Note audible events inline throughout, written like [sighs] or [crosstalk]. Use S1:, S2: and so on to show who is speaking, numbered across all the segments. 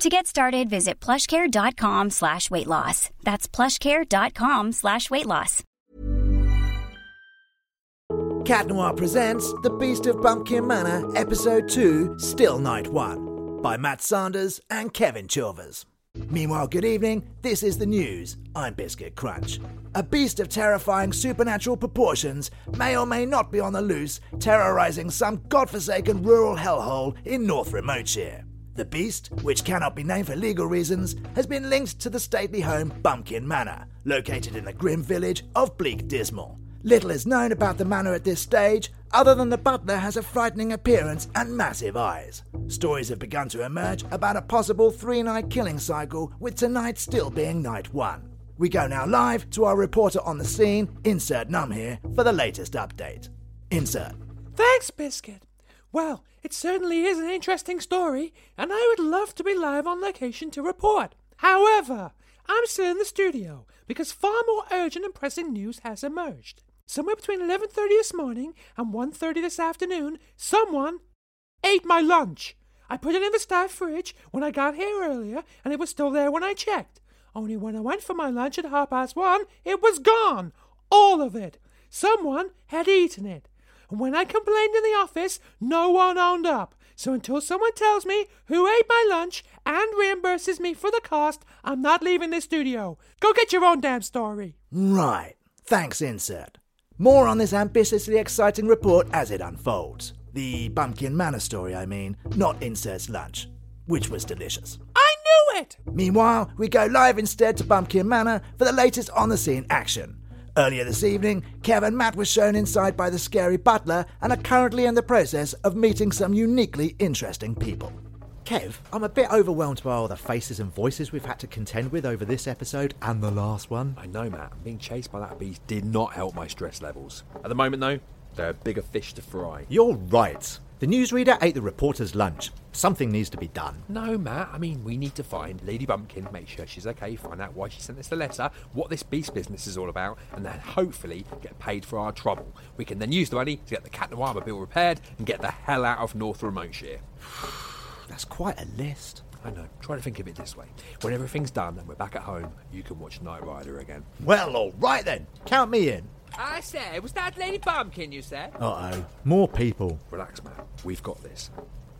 S1: To get started, visit plushcare.com slash weight loss. That's plushcare.com slash weight loss.
S2: Cat Noir presents The Beast of Bumpkin Manor, Episode 2, Still Night 1, by Matt Sanders and Kevin Chilvers. Meanwhile, good evening. This is the news. I'm Biscuit Crunch. A beast of terrifying supernatural proportions may or may not be on the loose, terrorizing some godforsaken rural hellhole in North Remoteshire. The beast, which cannot be named for legal reasons, has been linked to the stately home Bumpkin Manor, located in the grim village of Bleak Dismal. Little is known about the manor at this stage, other than the butler has a frightening appearance and massive eyes. Stories have begun to emerge about a possible three night killing cycle, with tonight still being night one. We go now live to our reporter on the scene, Insert Num here, for the latest update. Insert.
S3: Thanks, Biscuit. Well, it certainly is an interesting story, and I would love to be live on location to report. However, I'm still in the studio because far more urgent and pressing news has emerged. Somewhere between 11:30 this morning and 1:30 this afternoon, someone ate my lunch. I put it in the staff fridge when I got here earlier, and it was still there when I checked. Only when I went for my lunch at half past one, it was gone. All of it. Someone had eaten it. And when I complained in the office, no one owned up. So until someone tells me who ate my lunch and reimburses me for the cost, I'm not leaving this studio. Go get your own damn story.
S2: Right. Thanks, Insert. More on this ambitiously exciting report as it unfolds. The Bumpkin Manor story, I mean, not Insert's lunch, which was delicious.
S3: I knew it!
S2: Meanwhile, we go live instead to Bumpkin Manor for the latest on the scene action. Earlier this evening, Kev and Matt were shown inside by the scary butler and are currently in the process of meeting some uniquely interesting people.
S4: Kev, I'm a bit overwhelmed by all the faces and voices we've had to contend with over this episode and the last one.
S5: I know, Matt. Being chased by that beast did not help my stress levels. At the moment, though, there are bigger fish to fry.
S4: You're right. The newsreader ate the reporter's lunch. Something needs to be done.
S5: No, Matt. I mean, we need to find Lady Bumpkin, make sure she's okay, find out why she sent us the letter, what this beast business is all about, and then hopefully get paid for our trouble. We can then use the money to get the Cat Noir bill repaired and get the hell out of North Remontshire.
S4: [sighs] That's quite a list.
S5: I know. Try to think of it this way. When everything's done and we're back at home, you can watch Knight Rider again.
S4: Well, all right then. Count me in.
S6: I say, was that Lady Bumpkin you said?
S4: Uh oh. More people.
S5: Relax, Matt. We've got this.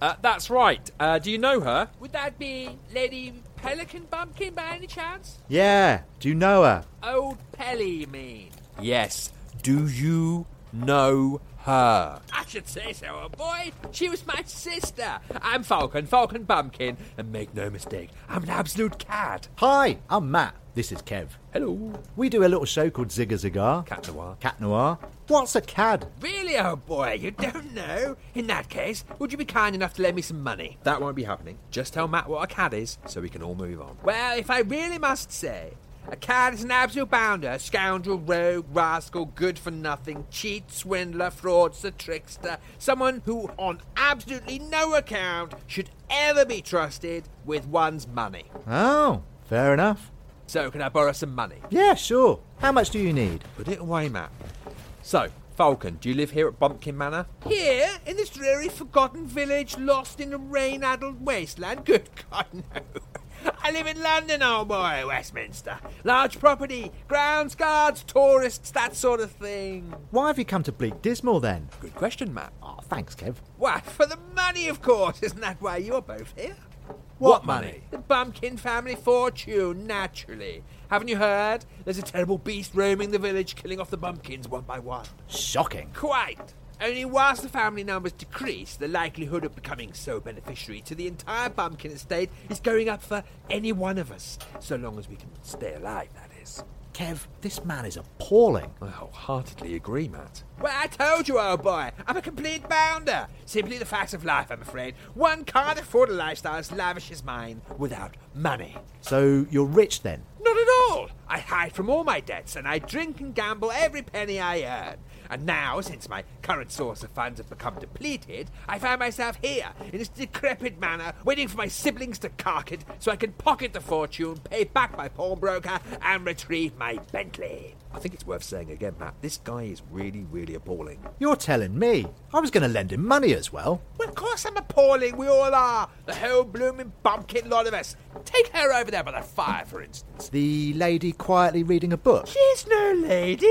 S5: Uh, that's right. Uh, do you know her?
S6: Would that be Lady Pelican Bumpkin by any chance?
S4: Yeah. Do you know her?
S6: Old Pelly, you mean?
S5: Yes. Do you know her?
S6: I should say so, old boy. She was my sister. I'm Falcon, Falcon Bumpkin, and make no mistake, I'm an absolute cad.
S4: Hi, I'm Matt. This is Kev.
S5: Hello,
S4: We do a little show called Zigga Zigar.
S5: Cat Noir.
S4: Cat Noir. What's a cad?
S6: Really, old boy, you don't know? In that case, would you be kind enough to lend me some money?
S5: That won't be happening. Just tell Matt what a cad is so we can all move on.
S6: Well, if I really must say, a cad is an absolute bounder, scoundrel, rogue, rascal, good for nothing, cheat, swindler, fraudster, trickster, someone who, on absolutely no account, should ever be trusted with one's money.
S4: Oh, fair enough.
S6: So, can I borrow some money?
S4: Yeah, sure. How much do you need?
S5: Put it away, Matt. So, Falcon, do you live here at Bumpkin Manor?
S6: Here, in this dreary, forgotten village, lost in a rain addled wasteland? Good [laughs] God, no. I live in London, old boy, Westminster. Large property, grounds, guards, tourists, that sort of thing.
S4: Why have you come to Bleak Dismal then?
S5: Good question, Matt.
S4: Oh, thanks, Kev.
S6: Why, for the money, of course. Isn't that why you're both here?
S4: What money?
S6: The Bumpkin family fortune, naturally. Haven't you heard? There's a terrible beast roaming the village, killing off the Bumpkins one by one.
S4: Shocking.
S6: Quite. Only whilst the family numbers decrease, the likelihood of becoming sole beneficiary to the entire Bumpkin estate is going up for any one of us, so long as we can stay alive, that is.
S4: Kev, this man is appalling.
S5: I wholeheartedly agree, Matt.
S6: Well, I told you, old boy, I'm a complete bounder. Simply the facts of life, I'm afraid. One can't afford a lifestyle as lavish as mine without money.
S4: So you're rich then?
S6: Not at all. I hide from all my debts and I drink and gamble every penny I earn. And now, since my current source of funds have become depleted, I find myself here in this decrepit manor waiting for my siblings to cark it so I can pocket the fortune, pay back my pawnbroker, and retrieve my Bentley.
S5: I think it's worth saying again, Matt, this guy is really, really appalling.
S4: You're telling me. I was going to lend him money as well.
S6: Well, of course I'm appalling. We all are. The whole blooming bumpkin lot of us. Take her over there by the fire, for instance.
S4: The lady quietly reading a book.
S6: She's no lady.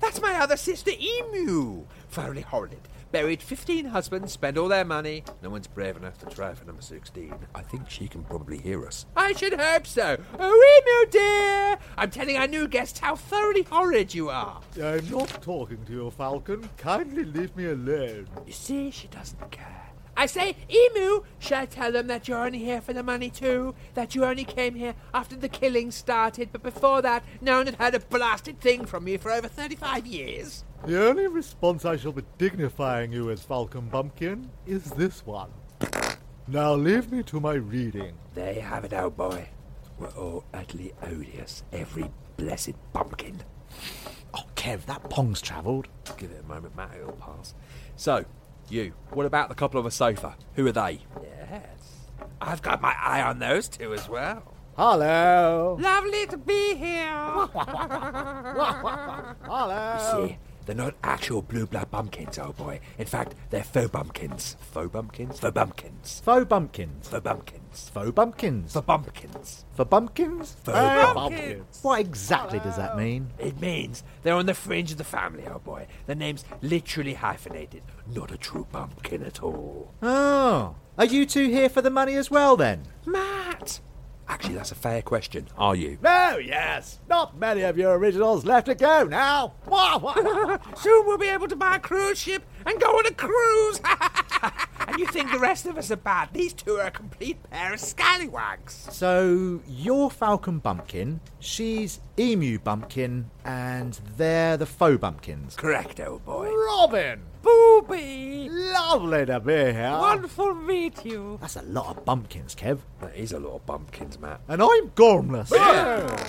S6: That's my other sister, Emu. Thoroughly horrid. Buried 15 husbands, spend all their money. No one's brave enough to try for number 16.
S5: I think she can probably hear us.
S6: I should hope so. Oh, Emu dear! I'm telling our new guests how thoroughly horrid you are.
S7: I'm not talking to you, Falcon. Kindly leave me alone.
S6: You see, she doesn't care. I say, Emu, should I tell them that you're only here for the money too? That you only came here after the killing started, but before that, no one had heard a blasted thing from you for over 35 years?
S7: The only response I shall be dignifying you as, Falcon Bumpkin, is this one. Now leave me to my reading.
S5: There you have it, old boy. We're all utterly odious. Every blessed bumpkin.
S4: Oh, Kev, that pong's travelled.
S5: Give it a moment, Matt, it'll pass. So, you, what about the couple on the sofa? Who are they?
S6: Yes. I've got my eye on those two as well. Oh.
S7: Hello.
S6: Lovely to be here.
S7: Hello.
S5: See, they're not actual blue blood bumpkins, old boy. In fact, they're faux bumpkins. Faux bumpkins? Faux bumpkins.
S4: Faux bumpkins.
S5: Faux bumpkins.
S4: Faux bumpkins.
S5: Faux bumpkins.
S4: For bumpkins?
S5: Faux
S7: Hey,
S5: bumpkins.
S7: Bumpkin.
S4: What exactly does that mean?
S6: It means they're on the fringe of the family, old boy. Their name's literally hyphenated.
S5: Not a true bumpkin at all.
S4: Oh. Are you two here for the money as well then?
S6: Matt! [laughs]
S5: Actually, that's a fair question. Are you?
S7: No, yes. Not many of your originals left to go now. Wah,
S8: [laughs]
S7: wah.
S6: Soon we'll be able to buy a cruise ship and go on a cruise! [laughs] and you think the rest of us are bad? These two are a complete pair of scallywags.
S4: So you're Falcon Bumpkin, she's Emu Bumpkin, and they're the faux bumpkins.
S6: Correct, old boy.
S7: Robin.
S3: Booby!
S7: Lovely to be here.
S3: Wonderful meet you.
S4: Ah. That's a lot of bumpkins, Kev.
S5: That is a lot of bumpkins, Matt.
S7: And I'm Gormless.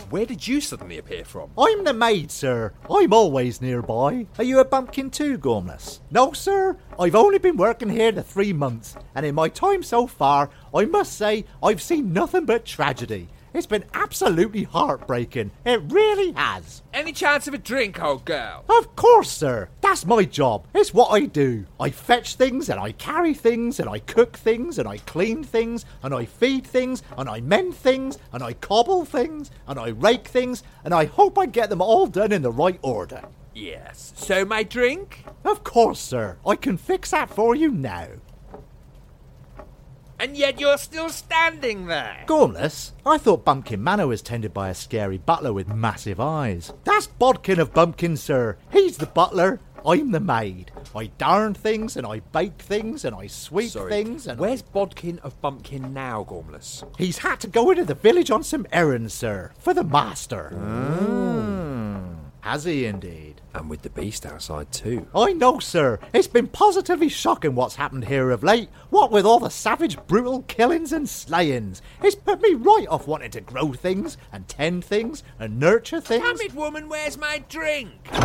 S5: Where did you suddenly appear from?
S4: I'm the maid, sir. I'm always nearby. Are you a bumpkin too, Gormless? No, sir. I've only been working here the three months, and in my time so far, I must say I've seen nothing but tragedy. It's been absolutely heartbreaking. It really has.
S6: Any chance of a drink, old girl?
S4: Of course, sir. That's my job. It's what I do. I fetch things and I carry things and I cook things and I clean things and I feed things and I mend things and I cobble things and I rake things and I hope I get them all done in the right order.
S6: Yes. So, my drink?
S4: Of course, sir. I can fix that for you now.
S6: And yet you're still standing there.
S4: Gormless, I thought Bumpkin Manor was tended by a scary butler with massive eyes. That's Bodkin of Bumpkin, sir. He's the butler. I'm the maid. I darn things and I bake things and I sweep
S5: Sorry.
S4: things and
S5: Where's Bodkin of Bumpkin now, Gormless?
S4: He's had to go into the village on some errands, sir, for the master.
S5: Ah.
S4: Has he indeed?
S5: And with the beast outside, too.
S4: I know, sir. It's been positively shocking what's happened here of late. What with all the savage, brutal killings and slayings. It's put me right off wanting to grow things and tend things and nurture things.
S6: Damn it, woman, where's my drink?
S5: Who's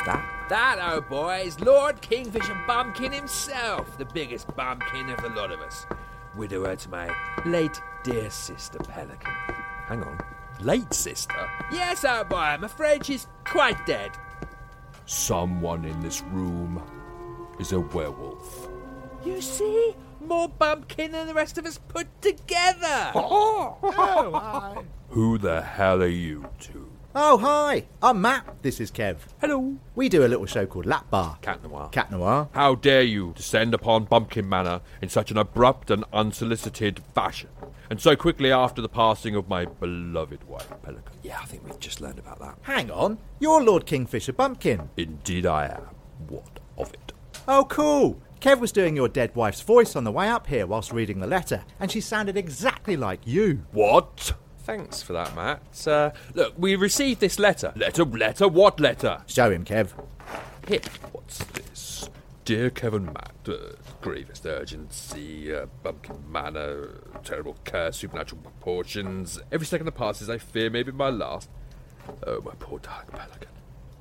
S5: that?
S6: That, oh boy, is Lord Kingfisher Bumpkin himself, the biggest bumpkin of the lot of us. Widower to my late dear sister Pelican.
S5: Hang on. Late sister?
S6: Yes, oh boy, I'm afraid she's quite dead.
S5: Someone in this room is a werewolf.
S6: You see? More bumpkin than the rest of us [laughs] put together.
S5: Who the hell are you two?
S4: Oh, hi. I'm Matt. This is Kev.
S5: Hello.
S4: We do a little show called Lap Bar.
S5: Cat Noir.
S4: Cat Noir.
S5: How dare you descend upon Bumpkin Manor in such an abrupt and unsolicited fashion, and so quickly after the passing of my beloved wife, Pelican? Yeah, I think we've just learned about that.
S4: Hang on. You're Lord Kingfisher Bumpkin.
S5: Indeed, I am. What of it?
S4: Oh, cool. Kev was doing your dead wife's voice on the way up here whilst reading the letter, and she sounded exactly like you.
S5: What? Thanks for that, Matt. Uh, look, we received this letter. Letter, letter, what letter?
S4: Show him, Kev.
S5: Here. What's this? Dear Kevin Matt, uh, grievous urgency, uh, bumpkin manner, terrible curse, supernatural proportions. Every second that passes, I fear may be my last. Oh, my poor darling pelican.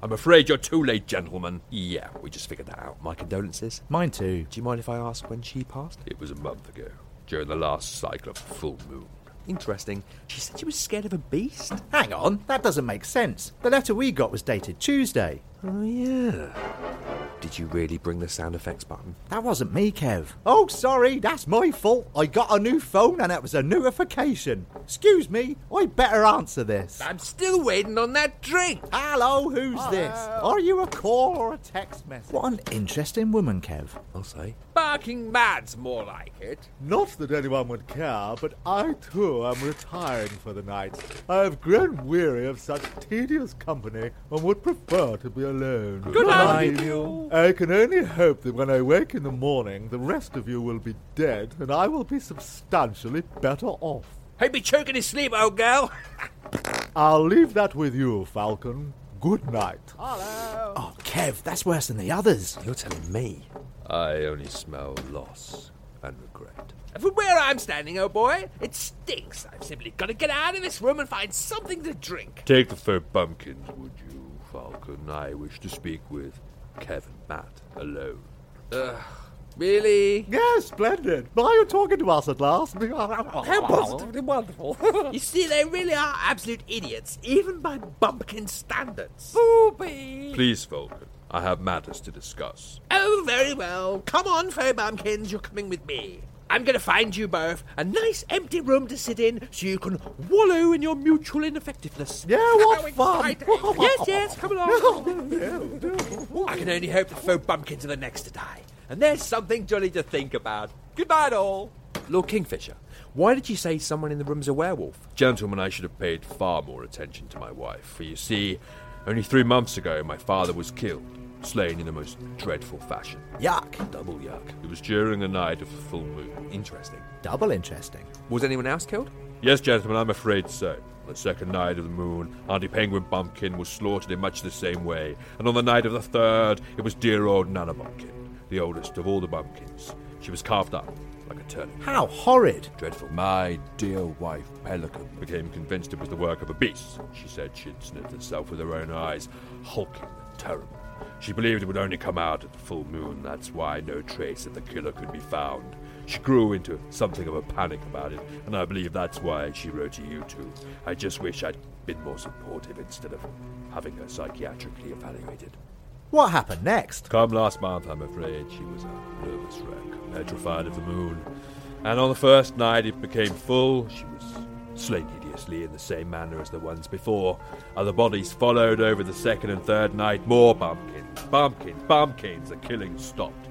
S5: I'm afraid you're too late, gentlemen. Yeah, we just figured that out. My condolences.
S4: Mine too.
S5: Do you mind if I ask when she passed? It was a month ago, during the last cycle of full moon. Interesting. She said she was scared of a beast?
S4: Hang on. That doesn't make sense. The letter we got was dated Tuesday.
S5: Oh, yeah. Did you really bring the sound effects button?
S4: That wasn't me, Kev. Oh, sorry, that's my fault. I got a new phone and it was a notification. Excuse me, I better answer this.
S6: I'm still waiting on that drink.
S4: Hello, who's this? Are you a call or a text message? What an interesting woman, Kev.
S5: I'll say.
S6: Barking mad's more like it.
S7: Not that anyone would care, but I too am retiring for the night. I have grown weary of such tedious company and would prefer to be alone.
S6: Good night, you.
S7: I can only hope that when I wake in the morning, the rest of you will be dead and I will be substantially better off.
S6: He'd be choking his sleep, old girl. [laughs]
S7: I'll leave that with you, Falcon. Good night.
S4: Oh, Kev, that's worse than the others.
S5: You're telling me. I only smell loss and regret.
S6: From where I'm standing, old boy, it stinks. I've simply got to get out of this room and find something to drink.
S5: Take the fur bumpkins, would you, Falcon? I wish to speak with Kevin Matt alone.
S6: Really?
S7: Yes, splendid. Why are you talking to us at last? How
S6: wonderful. [laughs] you see, they really are absolute idiots, even by bumpkin standards.
S5: Please, Falcon. I have matters to discuss.
S6: Oh, very well. Come on, faux bumpkins, you're coming with me. I'm going to find you both a nice empty room to sit in so you can wallow in your mutual ineffectiveness.
S7: Yeah, what
S6: How
S7: fun.
S6: exciting. [laughs] yes, yes, come along. I can only hope the faux bumpkins are the next to die. And there's something jolly to think about. Good night, all.
S5: Lord Kingfisher, why did you say someone in the room's a werewolf? Gentlemen, I should have paid far more attention to my wife, for you see, only three months ago my father was killed, slain in the most dreadful fashion.
S4: Yuck.
S5: Double yuck. It was during the night of the full moon. Interesting.
S4: Double interesting.
S5: Was anyone else killed? Yes, gentlemen, I'm afraid so. On the second night of the moon, Auntie Penguin Bumpkin was slaughtered in much the same way, and on the night of the third, it was dear old Nana Bumpkin, the oldest of all the bumpkins. She was carved up like a turnip.
S4: How horrid.
S5: Dreadful. My dear wife, Pelican, became convinced it was the work of a beast. She said she'd sniffed herself with her own eyes, hulking and terrible. She believed it would only come out at the full moon, that's why no trace of the killer could be found. She grew into something of a panic about it, and I believe that's why she wrote to you two. I just wish I'd been more supportive instead of having her psychiatrically evaluated.
S4: What happened next?
S5: Come last month, I'm afraid, she was a nervous wreck, petrified of the moon. And on the first night it became full, she was slain hideously in the same manner as the ones before. Other bodies followed over the second and third night. More bumpkins, bumpkins, bumpkins. The killing stopped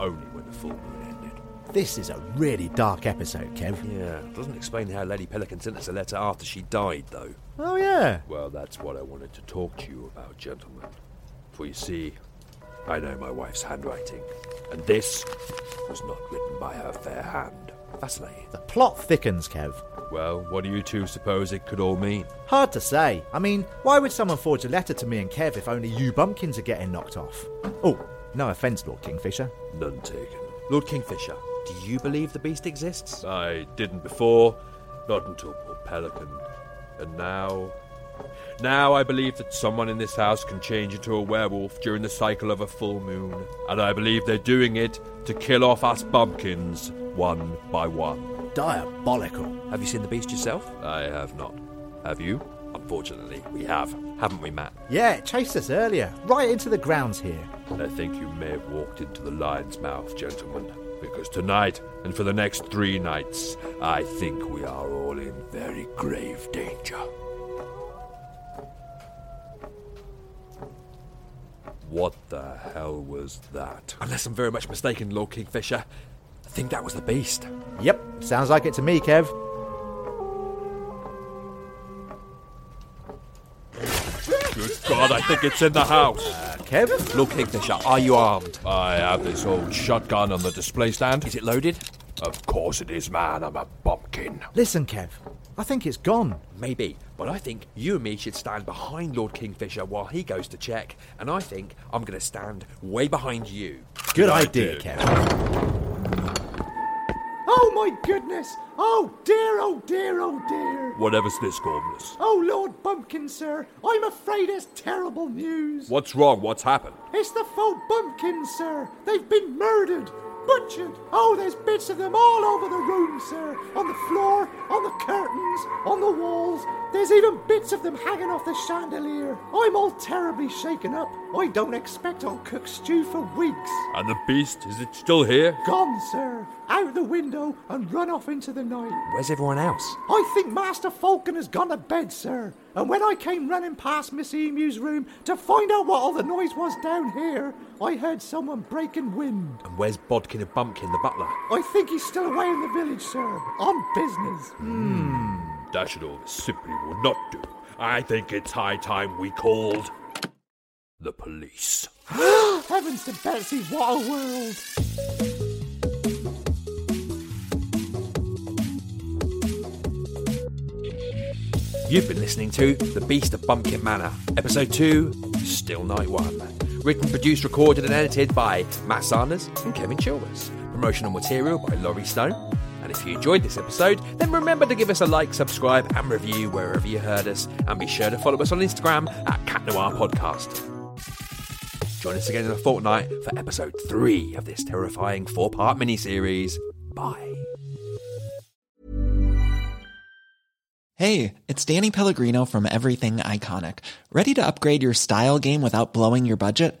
S5: only when the full moon ended.
S4: This is a really dark episode, Kev.
S5: Yeah, doesn't explain how Lady Pelican sent us a letter after she died, though.
S4: Oh, yeah.
S5: Well, that's what I wanted to talk to you about, gentlemen. For you see, I know my wife's handwriting, and this was not written by her fair hand. Fascinating.
S4: The plot thickens, Kev.
S5: Well, what do you two suppose it could all mean?
S4: Hard to say. I mean, why would someone forge a letter to me and Kev if only you bumpkins are getting knocked off? Oh, no offence, Lord Kingfisher.
S5: None taken. Lord Kingfisher, do you believe the beast exists? I didn't before, not until poor Pelican. And now. Now I believe that someone in this house can change into a werewolf during the cycle of a full moon. And I believe they're doing it to kill off us bumpkins one by one.
S4: Diabolical.
S5: Have you seen the beast yourself? I have not. Have you? Unfortunately, we have. Haven't we, Matt?
S4: Yeah, it chased us earlier, right into the grounds here.
S5: I think you may have walked into the lion's mouth, gentlemen, because tonight and for the next three nights, I think we are all in very grave danger. What the hell was that? Unless I'm very much mistaken, Lord Kingfisher, I think that was the beast.
S8: Yep, sounds like it to me, Kev.
S5: Good God, I think it's in the house.
S8: Kev?
S5: Lord Kingfisher, are you armed? Uh, I have this old shotgun on the display stand. Is it loaded? Of course it is, man. I'm a bumpkin.
S8: Listen, Kev. I think it's gone.
S5: Maybe, but I think you and me should stand behind Lord Kingfisher while he goes to check, and I think I'm going to stand way behind you.
S8: Good idea, Kev. Oh my goodness! Oh dear, oh dear, oh dear!
S5: Whatever's this, Gormless?
S8: Oh Lord Bumpkin, sir, I'm afraid it's terrible news.
S5: What's wrong? What's happened?
S8: It's the four bumpkins, sir. They've been murdered, butchered. Oh, there's bits of them all over the room, sir. On the floor, on the curtains, on the walls. There's even bits of them hanging off the chandelier. I'm all terribly shaken up. I don't expect I'll cook stew for weeks.
S5: And the beast, is it still here?
S8: Gone, sir. Out the window and run off into the night.
S5: Where's everyone else?
S8: I think Master Falcon has gone to bed, sir. And when I came running past Miss Emu's room to find out what all the noise was down here, I heard someone breaking wind.
S5: And where's Bodkin of Bumpkin, the butler?
S8: I think he's still away in the village, sir, on business.
S5: Dash it all, this simply will not do. I think it's high time we called the police.
S8: [gasps] Heavens to Betsy, what a world!
S5: You've been listening to The Beast of Bumpkin Manor, Episode 2, Still Night 1. Written, produced, recorded, and edited by Matt Sanders and Kevin Chilvers. Promotional material by Laurie Stone. And if you enjoyed this episode, then remember to give us a like, subscribe, and review wherever you heard us. And be sure to follow us on Instagram at Cat Noir Podcast. Join us again in a fortnight for episode 3 of this terrifying four part miniseries. Bye.
S9: Hey, it's Danny Pellegrino from Everything Iconic. Ready to upgrade your style game without blowing your budget?